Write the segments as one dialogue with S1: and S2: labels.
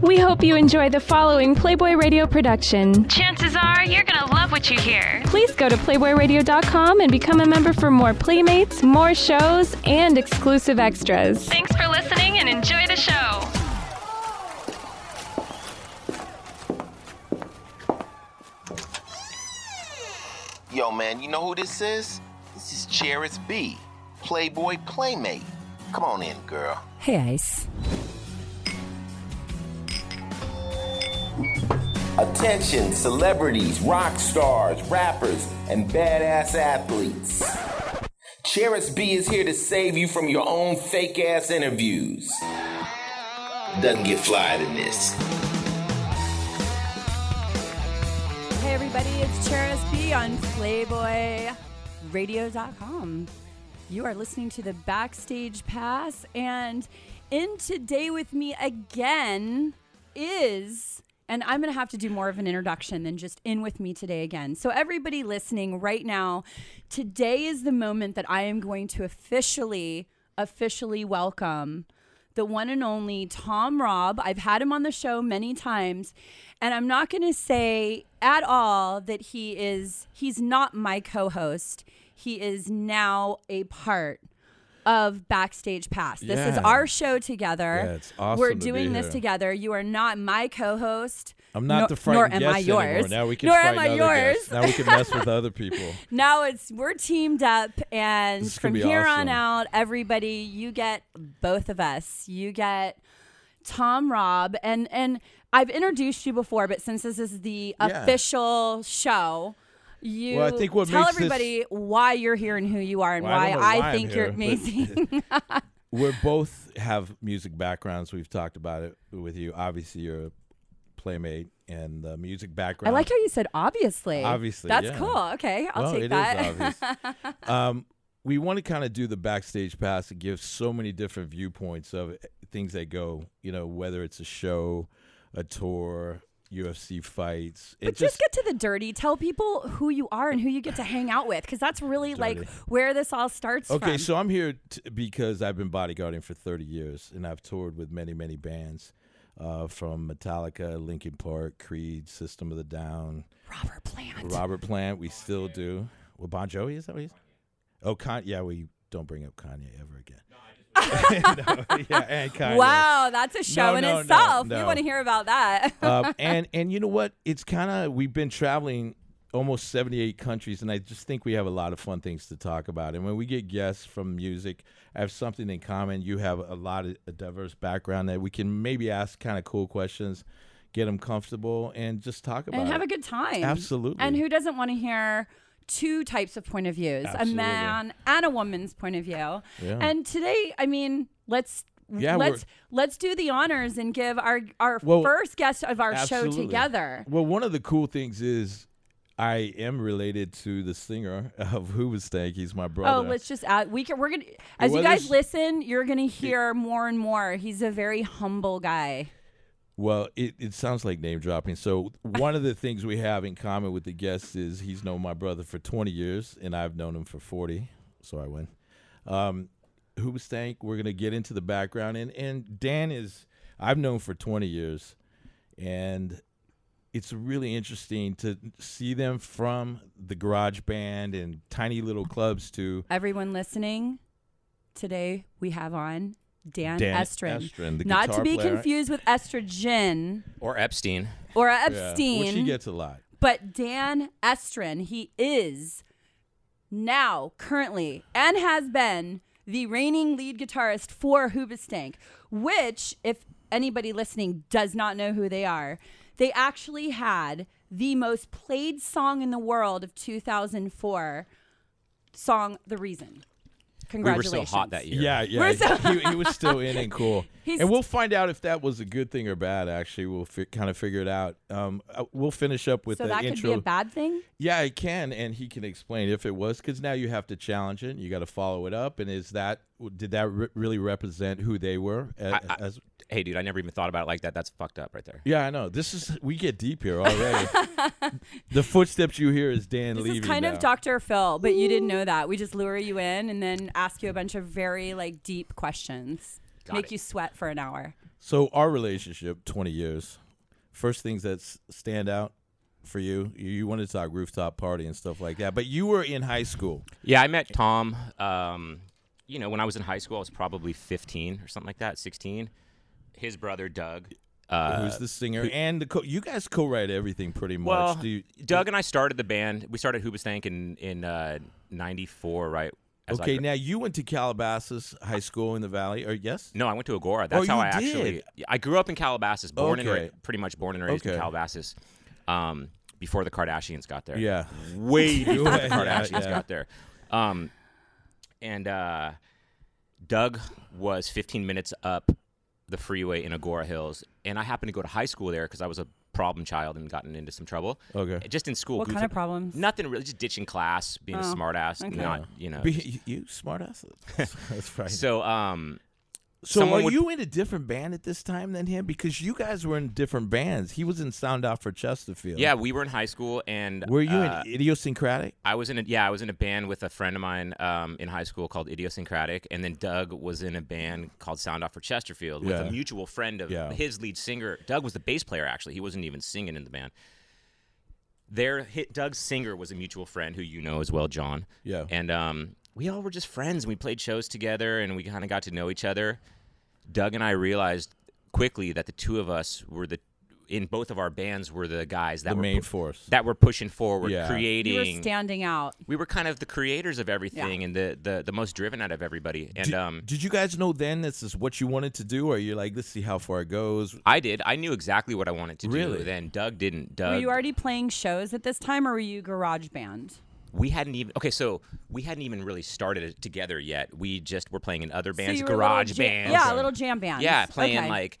S1: We hope you enjoy the following Playboy Radio production.
S2: Chances are you're going to love what you hear.
S1: Please go to PlayboyRadio.com and become a member for more Playmates, more shows, and exclusive extras.
S2: Thanks for listening and enjoy the show.
S3: Yo, man, you know who this is? This is Charis B, Playboy Playmate. Come on in, girl.
S4: Hey, Ice.
S3: Attention, celebrities, rock stars, rappers, and badass athletes. Charis B is here to save you from your own fake ass interviews. Doesn't get flyer than this.
S4: Hey, everybody, it's Charis B on PlayboyRadio.com. You are listening to the Backstage Pass, and in today with me again is, and I'm going to have to do more of an introduction than just in with me today again. So, everybody listening right now, today is the moment that I am going to officially, officially welcome the one and only Tom Robb. I've had him on the show many times, and I'm not going to say at all that he is he's not my co-host. He is now a part of Backstage Pass. This is
S5: Yeah.
S4: our show together.
S5: Yeah, it's awesome
S4: We're
S5: to be
S4: doing this
S5: here.
S4: together. You are not my co-host.
S5: I'm not
S4: nor,
S5: the
S4: nor
S5: frightened
S4: am
S5: guest
S4: I yours.
S5: anymore. Now we can
S4: nor am
S5: frighten
S4: I
S5: other
S4: yours.
S5: guests. Now we can mess with other people.
S4: Now it's we're teamed up, and
S5: This is
S4: from
S5: gonna be
S4: here on
S5: awesome.
S4: out, everybody, you get both of us. You get Tom Robb, and and I've introduced you before, but since this is the
S5: Yeah.
S4: official show. You
S5: Well, I think what
S4: tell
S5: makes this-
S4: everybody why you're here and who you are and
S5: Well, I
S4: why
S5: don't know
S4: I,
S5: why I'm
S4: think you're
S5: here, but-
S4: amazing.
S5: We both have music backgrounds. We've talked about it with you. Obviously, you're a playmate and the music
S4: I
S5: background.
S4: like how you said obviously.
S5: Obviously,
S4: that's
S5: yeah.
S4: cool. Okay, I'll
S5: well,
S4: take
S5: it is
S4: that.
S5: obvious. um, we want to kind of do the backstage pass and give so many different viewpoints of things that go. You know, whether it's a show, a tour, UFC fights.
S4: But just, get to the dirty. Tell people who you are and who you get to hang out with, because that's really like
S5: Dirty.
S4: where this all starts.
S5: Okay,
S4: from.
S5: so I'm here t- because I've been bodyguarding for 30 years, and I've toured with many, many bands, uh, from Metallica, Linkin Park, Creed, System of the Down,
S4: Robert Plant.
S5: Robert Plant. We still do. Well, Bon Jovi is that what he's? Oh, Con- yeah. We don't bring up Kanye ever again. No, yeah, and Kanye.
S4: Wow, that's a show
S5: No,
S4: in
S5: no, no,
S4: itself. You
S5: no.
S4: want to hear about that?
S5: um, and and you know what? It's kind of we've been traveling almost 78 countries, and I just think we have a lot of fun things to talk about. And when we get guests from music, I have something in common. You have a lot of a diverse background that we can maybe ask kind of cool questions, get them comfortable, and just talk about
S4: and have
S5: it.
S4: a good time.
S5: Absolutely.
S4: And who doesn't want to hear two types of point of views, a
S5: Absolutely.
S4: man and a woman's point of view? And today, I mean, let's
S5: Yeah, we're-
S4: let's let's do the honors and give our our
S5: Well,
S4: first guest of our show
S5: Absolutely.
S4: together.
S5: Well, one of the cool things is. I am related to the singer of Hoobastank. He's my brother.
S4: Oh, let's just add. We can. We're gonna. As you guys
S5: weather's-
S4: listen, you're gonna hear more and more. He's a very humble guy.
S5: Well, it, it sounds like name dropping. So, one of the things we have in common with the guests is he's known my brother for 20 years, and I've known him for 40. So, I win. Um, Hoobastank, we're going to get into the background. And, and Dan is, I've known for 20 years, and it's really interesting to see them from the garage band and tiny little clubs to
S4: Everyone listening, today we have on Dan,
S5: Dan
S4: Estrin.
S5: Estrin, the
S4: Not to
S5: guitar
S4: be
S5: player.
S4: confused with estrogen
S6: Or Epstein.
S4: or
S5: Yeah,
S4: Epstein,
S5: which he gets a lot.
S4: but Dan Estrin, he is now currently and has been the reigning lead guitarist for Hoobastank, which, if anybody listening does not know who they are, they actually had the most played song in the world of 2004 song The Reason.
S6: We were
S4: Congratulations.
S6: so hot that year.
S5: Yeah, yeah.
S4: We're so-
S5: he, he was still in and cool.
S4: He's-
S5: and we'll find out if that was a good thing or bad. Actually, we'll fi- kind of figure it out. Um, uh, we'll finish up with
S4: so
S5: the
S4: that could
S5: intro.
S4: be a bad thing?
S5: yeah, it can, and he can explain if it was because now you have to challenge it. You got to follow it up, and is that did that re- really represent who they were? a-
S6: I-
S5: as-
S6: Hey, dude, I never even thought about it like that. That's fucked up right there.
S5: yeah, I know. This is we get deep here already. the footsteps you hear is Dan
S4: This
S5: leaving.
S4: is kind
S5: now.
S4: of Dr. Phil, but you didn't know that. We just lure you in and then ask you a bunch of very like deep questions.
S6: Got
S4: make
S6: it.
S4: you sweat for an hour.
S5: So our relationship, twenty years. First things that s- stand out for you, you- you wanted to talk rooftop party and stuff like that, but you were in high school.
S6: Yeah, I met Tom. Um, you know, when I was in high school, I was probably 15 or something like that, 16. His brother Doug. Uh,
S5: who's the singer and the co- you guys co-write everything pretty much.
S6: well,
S5: Do you,
S6: Doug and I started the band. We started Hoobastank in in uh, '94, right? As I
S5: okay,
S6: gra-
S5: now you went to Calabasas High School in the Valley, or yes?
S6: No, I went to Agora. That's how
S5: Oh, you
S6: I actually.
S5: did.
S6: Yeah, I grew up in Calabasas, born and
S5: Okay.
S6: ra- pretty much born and raised in
S5: Okay.
S6: Calabasas. Um, before the Kardashians got there.
S5: Yeah.
S6: way before the
S5: Way, yeah,
S6: Kardashians
S5: yeah.
S6: got there. Um, and uh, Doug was 15 minutes up the freeway in Agora Hills, and I happened to go to high school there because I was a problem child and gotten into some trouble.
S5: Okay.
S6: Just in school.
S4: What kind
S6: goofing-
S4: of problems?
S6: Nothing really. Just ditching class, being a
S4: Oh,
S6: smartass,
S4: okay.
S6: not you know. just-
S5: Be, you smartass. That's right. So,
S6: so um,
S5: are
S6: someone would-
S5: you in a different band at this time than him? Because you guys were in different bands. He was in Sound Out for Chesterfield.
S6: yeah, we were in high school, and
S5: Were you
S6: uh,
S5: in Idiosyncratic?
S6: I was in a yeah, I was in a band with a friend of mine um, in high school called Idiosyncratic, and then Doug was in a band called Sound Off for Chesterfield with
S5: Yeah.
S6: a mutual friend of
S5: Yeah.
S6: his lead singer. Doug was the bass player actually; he wasn't even singing in the band. Their hit Doug's singer was a mutual friend who you know as well, John.
S5: Yeah.
S6: and um, we all were just friends, and we played shows together, and we kind of got to know each other. Doug and I realized quickly that the two of us were the in both of our bands were the guys that
S5: The
S6: were
S5: main
S6: pu-
S5: force.
S6: that were pushing forward,
S5: Yeah. You were
S6: creating
S4: You were standing out.
S6: we were kind of the creators of everything and the, the the most driven out of everybody. And
S5: Did,
S6: um,
S5: did you guys know then this is what you wanted to do, or you're like, let's see how far it goes?
S6: I did. I knew exactly what I wanted to
S5: Really?
S6: do. Then Doug didn't. Doug,
S4: Were you already playing shows at this time, or were you garage band?
S6: we hadn't even. Okay, so we hadn't even really started it together yet. We just were playing in other bands,
S4: you were a little
S6: garage
S4: jam-
S6: bands.
S4: yeah, little jam bands.
S6: Yeah, playing
S4: Okay.
S6: like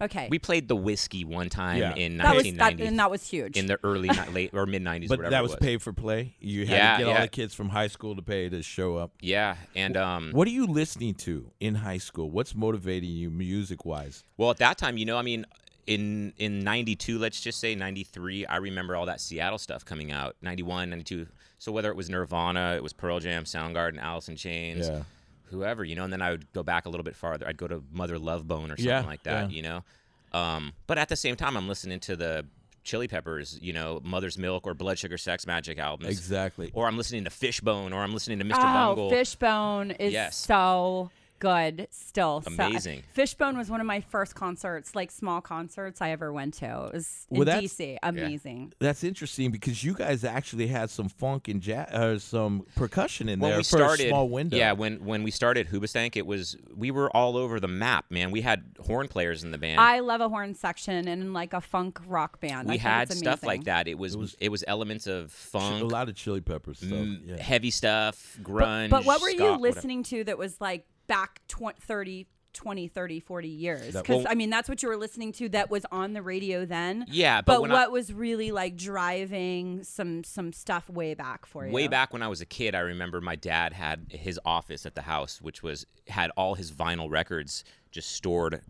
S4: Okay,
S6: we played the whiskey one time
S5: Yeah.
S6: in
S4: that was
S6: 1990.
S4: that, and that was huge.
S6: in the early, ni- late or mid 90s,
S5: But
S6: whatever.
S5: that
S6: it
S5: was pay for play. You had
S6: Yeah,
S5: to get all
S6: yeah.
S5: the kids from high school to pay to show up.
S6: Yeah, and um,
S5: What are you listening to in high school? What's motivating you music wise?
S6: Well, at that time, you know, I mean, in in 92, let's just say 93, I remember all that Seattle stuff coming out, 91, 92. So whether it was Nirvana, it was Pearl Jam, Soundgarden, Alice in Chains,
S5: Yeah.
S6: whoever, you know, and then I would go back a little bit farther. I'd go to Mother Love Bone or something
S5: Yeah,
S6: like that,
S5: yeah.
S6: you know. Um, but at the same time, I'm listening to the Chili Peppers, you know, Mother's Milk or Blood Sugar Sex Magic albums.
S5: Exactly.
S6: Or I'm listening to Fishbone or I'm listening to Mr.
S4: Oh,
S6: Bungle.
S4: Fishbone is
S6: Yes.
S4: so good still. So-
S6: Amazing.
S4: Fishbone was one of my first concerts, like small concerts I ever went to. It was in
S5: Well, that's-
S4: DC. Amazing.
S5: That's interesting because you guys actually had some funk and jazz, uh, some percussion in there for a small window.
S6: Yeah, when when we started Hoobastank, it was we were all over the map, man. We had horn players in the band.
S4: I love a horn section and like a funk rock band. I
S6: we
S4: think
S6: had
S4: it's
S6: stuff like
S4: amazing.
S6: that. It was it was, elements of
S5: a
S6: funk,
S5: lot of Chili Peppers stuff.
S6: mm,
S5: yeah.
S6: heavy stuff, grunge.
S4: But what were
S6: ska,
S4: you
S6: whatever.
S4: listening to that was like back 20, 30, 20, 30, 40 years?
S5: That-
S4: Because,
S6: well-
S4: I mean, that's what you were listening to that was on the radio then.
S6: Yeah, but
S4: But,
S6: when I-
S4: what was really like driving some some stuff way back for you?
S6: Way back when I was a kid, I remember my dad had his office at the house, which was had all his vinyl records just stored,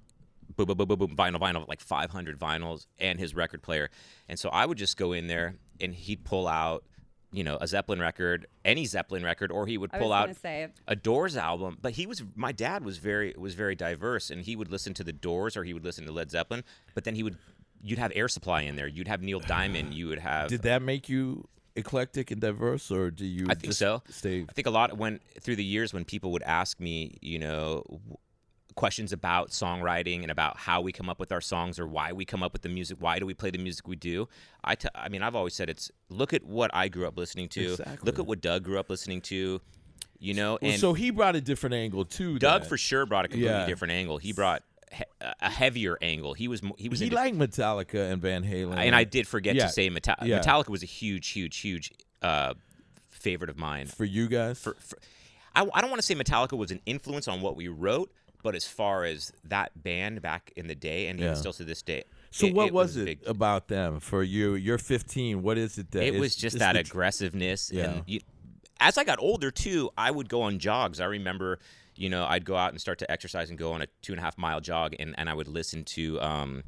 S6: boom, boom, boom, boom, boom, vinyl, vinyl, like 500 vinyls and his record player. And so I would just go in there, and he'd pull out, you know, a Zeppelin record, any Zeppelin record, or he would
S4: I
S6: pull
S4: was
S6: out
S4: gonna say.
S6: a Doors album. But he was my dad was very was very diverse, and he would listen to the Doors or he would listen to Led Zeppelin. But then he would. You'd have Air Supply in there. You'd have Neil Diamond. You would have
S5: Did that make you eclectic and diverse, or do you?
S6: I think
S5: just
S6: so.
S5: Stay.
S6: I think a lot when through the years when people would ask me, you know, w- questions about songwriting and about how we come up with our songs or why we come up with the music, why do we play the music we do? I, t- I mean, I've always said it's look at what I grew up listening to.
S5: Exactly.
S6: Look at what Doug grew up listening to. You know,
S5: Well,
S6: and
S5: so he brought a different angle too.
S6: Doug for sure brought a completely
S5: Yeah.
S6: different angle. He brought he- a heavier angle. He was mo- he was
S5: He
S6: into-
S5: liked Metallica and Van Halen.
S6: and I did forget
S5: Yeah,
S6: to say Meta-
S5: yeah.
S6: Metallica was a huge huge huge uh, favorite of mine.
S5: for you guys.
S6: for, I, I don't want to say Metallica was an influence on what we wrote, but as far as that band back in the day and
S5: Yeah.
S6: even still to this day.
S5: so
S6: it-
S5: what
S6: it
S5: was,
S6: a
S5: it
S6: big-
S5: about them for you? You're 15. What is it that
S6: it
S5: is-
S6: was just
S5: is
S6: that
S5: the-
S6: aggressiveness.
S5: Yeah.
S6: And you, as I got older too, I would go on jogs. I remember, you know, I'd go out and start to exercise and go on a two and a half mile jog, and, and I would listen to um,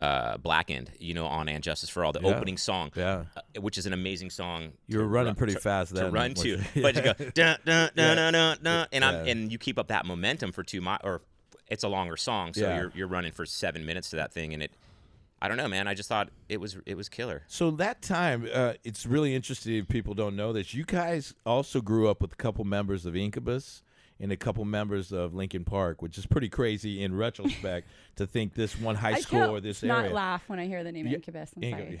S6: uh, Blackened, you know, on "And Justice for All," the
S5: Yeah.
S6: opening song,
S5: Yeah.
S6: uh, which is an amazing song.
S5: You were
S6: to
S5: running
S6: run-
S5: pretty
S6: to-
S5: fast
S6: to
S5: then,
S6: run to,
S5: weren't you?
S6: but you go dun dun dun dun dun dun, and I'm
S5: Yeah.
S6: and you keep up that momentum for two miles or it's a longer song, so
S5: Yeah.
S6: you're you're running for seven minutes to that thing, and it. I don't know, man. I just thought it was it was killer.
S5: So that time, uh, it's really interesting if people don't know this. You guys also grew up with a couple members of Incubus and a couple members of Lincoln Park, which is pretty crazy in retrospect to think this one high
S4: I
S5: school
S4: can't
S5: or this
S4: not
S5: area.
S4: laugh when I hear the name Incubus. I'm sorry.
S5: Incu-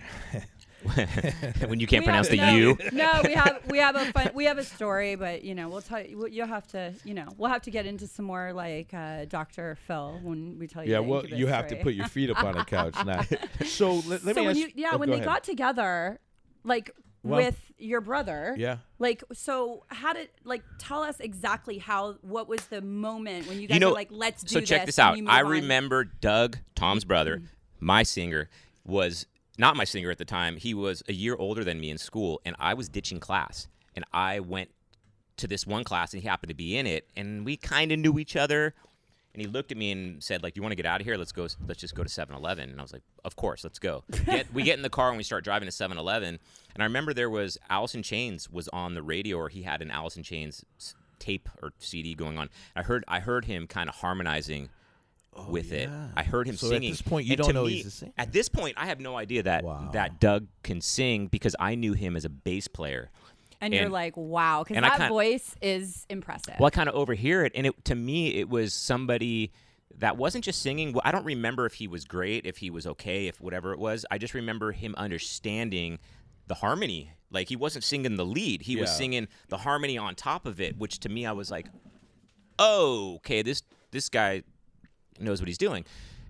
S6: when you can't
S4: We
S6: pronounce
S4: have-
S6: the
S4: no,
S6: U,
S4: No, we have we have a fun we have a story, but you know we'll tell you. we'll- You'll have to you know we'll have to get into some more like uh, Dr. Phil when we tell you.
S5: yeah,
S4: the
S5: well,
S4: Incubus
S5: you have to
S4: story.
S5: put your feet up on a couch now. So let,
S4: so
S5: let me
S4: when
S5: ask.
S4: you yeah
S5: oh,
S4: when
S5: go
S4: they
S5: ahead.
S4: got together, like
S5: Well,
S4: with your brother.
S5: Yeah.
S4: Like so, how did like tell us exactly how? What was the moment when you guys
S6: you know,
S4: were like, "Let's do
S6: so check this
S4: and
S6: out.
S4: you move on?
S6: I
S4: Mm-hmm.
S6: remember Doug, Tom's brother, my singer, was not my singer at the time. He was a year older than me in school, and I was ditching class. And I went to this one class, and he happened to be in it, and we kind of knew each other. And he looked at me and said, "Like, you want to get out of here? Let's go. Let's just go to 7-Eleven." And I was like, "Of course, let's go." Get, we get in the car and we start driving to 7-Eleven. And I remember there was Allison Chains was on the radio, or he had an Allison Chains s- tape or CD going on. I heard I heard him kind of harmonizing with it. I heard him
S5: Oh, So at
S6: singing.
S5: this point, you
S6: And
S5: don't
S6: to
S5: know
S6: me-
S5: he's a singer.
S6: At this point, I have no idea that
S5: Wow.
S6: that Doug can sing because I knew him as a bass player.
S4: and, you're
S6: and-
S4: like, "Wow," because
S6: and I
S4: that
S6: kinda-
S4: voice is impressive.
S6: Well, I kind of overhear it, and it to me it was somebody that wasn't just singing. Well, I don't remember if he was great, if he was okay, if whatever it was. I just remember him understanding the harmony. Like he wasn't singing the lead; he was
S5: Yeah.
S6: singing the harmony on top of it. Which to me, I was like, "Oh, okay, this this guy knows what he's doing."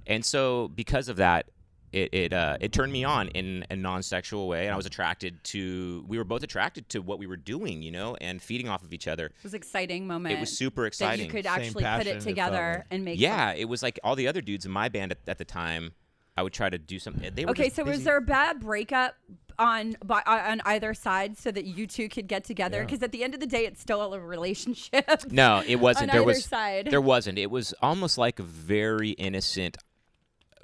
S6: And so, because of that, it it uh, it turned me on in a non-sexual way, and I was attracted to. We were both attracted to what we were doing, you know, and feeding off of each other.
S4: It was an exciting moment.
S6: It was super
S4: That
S6: exciting.
S4: you could
S5: Same
S4: actually put
S5: passion, it
S4: it
S5: felt
S4: together
S5: like.
S4: and make.
S6: yeah, it was like all the other dudes in my band at, at the time. I would try to do something. They were
S4: something. Okay,
S6: just
S4: so was
S6: busy.
S4: there a bad breakup on by, on either side so that you two could get together? Because at the end of the day, it's still a relationship.
S6: No, it wasn't.
S4: on
S6: there
S4: either
S6: was
S4: side.
S6: there wasn't. It was almost like a very innocent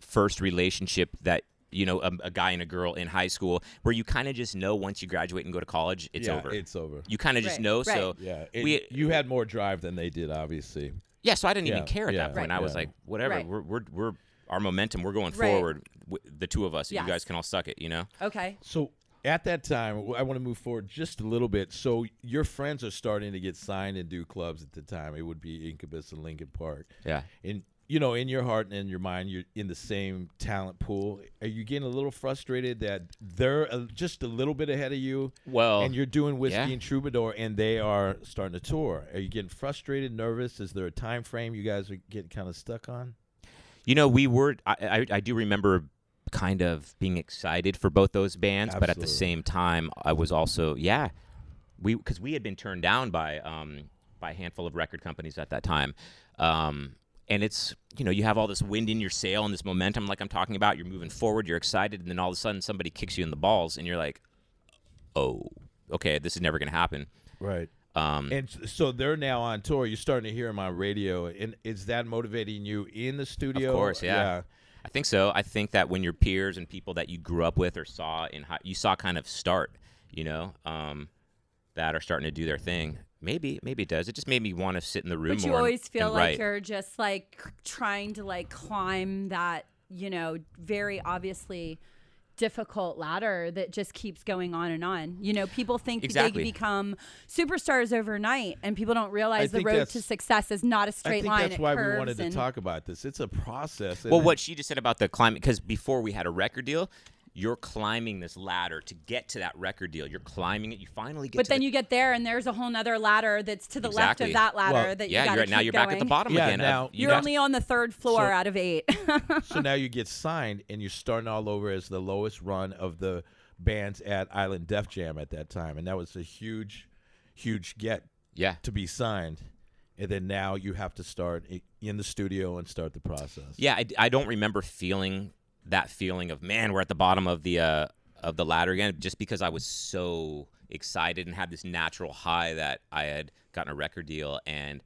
S6: first relationship that you know a, a guy and a girl in high school where you kind of just know once you graduate and go to college it's
S5: Yeah,
S6: over.
S5: it's over.
S6: You kind of just
S4: Right,
S6: know.
S4: right.
S6: So
S5: yeah, it-
S6: we
S5: you had more drive than they did, obviously.
S6: yeah. So I didn't
S5: Yeah,
S6: even care at
S5: yeah,
S6: that point.
S5: Right.
S6: I was
S5: yeah.
S6: like, whatever.
S4: Right.
S6: We're, we're we're our momentum. We're going
S4: Right.
S6: forward. W- the two of us.
S4: Yes.
S6: You guys can all suck it. You know.
S4: Okay.
S5: So at that time, w- I want to move forward just a little bit. So your friends are starting to get signed and do clubs at the time. It would be Incubus and Lincoln Park.
S6: Yeah.
S5: And you know, in your heart and in your mind, you're in the same talent pool. Are you getting a little frustrated that they're uh, just a little bit ahead of you?
S6: Well,
S5: and you're doing whiskey
S6: yeah.
S5: and troubadour, and they are starting to tour. Are you getting frustrated, nervous? Is there a time frame you guys are getting kind of stuck on?
S6: You know, we were. I, I, I do remember kind of being excited for both those bands, but at the
S5: Absolutely.
S6: same time, I was also yeah, we because we had been turned down by um by a handful of record companies at that time, um and it's you know you have all this wind in your sail and this momentum like I'm talking about. You're moving forward, you're excited, and then all of a sudden somebody kicks you in the balls, and you're like, oh, okay, this is never gonna happen.
S5: Right. Um, and s- so they're now on tour. You're starting to hear them on radio, and is that motivating you in the studio?
S6: Of course, yeah. I think so. I think that when your peers and people that you grew up with or saw in high, you saw kind of start, you know, um, that are starting to do their thing. Maybe, maybe it does. It just made me want to sit in the room
S4: But
S6: more.
S4: you
S6: and-
S4: always feel
S6: and
S4: like
S6: write.
S4: you're just like trying to like climb that, you know, very obviously difficult ladder that just keeps going on and on. You know, people think
S6: Exactly.
S4: they become superstars overnight and people don't realize the
S5: think
S4: road
S5: that's-
S4: to success is not a
S5: I
S4: straight
S5: think
S4: line.
S5: that's
S4: It
S5: why we
S4: curves
S5: wanted to
S4: and-
S5: talk about this. It's a process.
S6: Well,
S5: and
S6: what she just said about the climbing, because before we had a record deal, you're climbing this ladder to get to that record deal. You're climbing it. You finally get.
S4: But
S6: to
S4: then
S6: the,
S4: you get there and there's a whole nother ladder that's to the left
S6: Exactly.
S4: of that ladder
S5: Well,
S4: that you
S6: yeah,
S4: gotta
S6: you're now
S4: keep
S6: you're back at the
S4: going.
S6: bottom
S5: Yeah,
S6: again. of-
S5: now-
S6: you
S4: You're
S6: got-
S4: only on the third floor
S5: So-
S4: out of eight.
S5: so now you get signed, and you're starting all over as the lowest run of the bands at Island Def Jam at that time, and that was a huge, huge get
S6: yeah.
S5: to be signed. And then now you have to start i- in the studio and start the process.
S6: Yeah, I, I don't remember feeling that feeling of man, we're at the bottom of the uh, of the ladder again, just because I was so excited and had this natural high that I had gotten a record deal and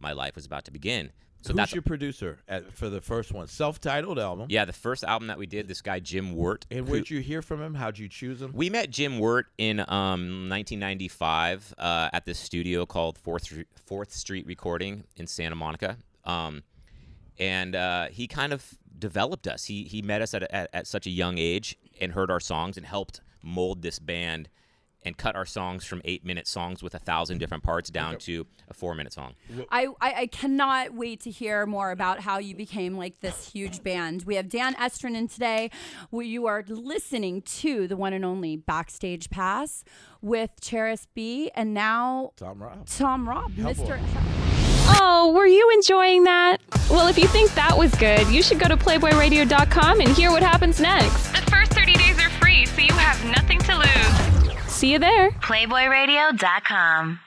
S6: my life was about to begin. So
S5: Who's
S6: that's
S5: your producer at, for the first one? Self-titled album.
S6: yeah, the first album that we did. This guy Jim Wirt.
S5: And
S6: who-
S5: where'd you hear from him? How'd you choose him?
S6: we met Jim Wirt in um, 1995 uh, at this studio called Fourth Fourth Street Recording in Santa Monica. Um, and uh, he kind of developed us. He he met us at, a, at at such a young age and heard our songs and helped mold this band and cut our songs from eight minute songs with a thousand different parts down to a four minute song.
S4: I, I, I cannot wait to hear more about how you became like this huge band. We have Dan Estrin in today. where you are listening to the one and only Backstage Pass with Cheris B and now
S5: Tom Rob.
S4: Tom Robb, Mr.
S1: Oh, were you enjoying that? Well, if you think that was good, you should go to PlayboyRadio.com and hear what happens next.
S2: The first 30 days are free, so you have nothing to lose.
S1: See you there.
S7: PlayboyRadio.com.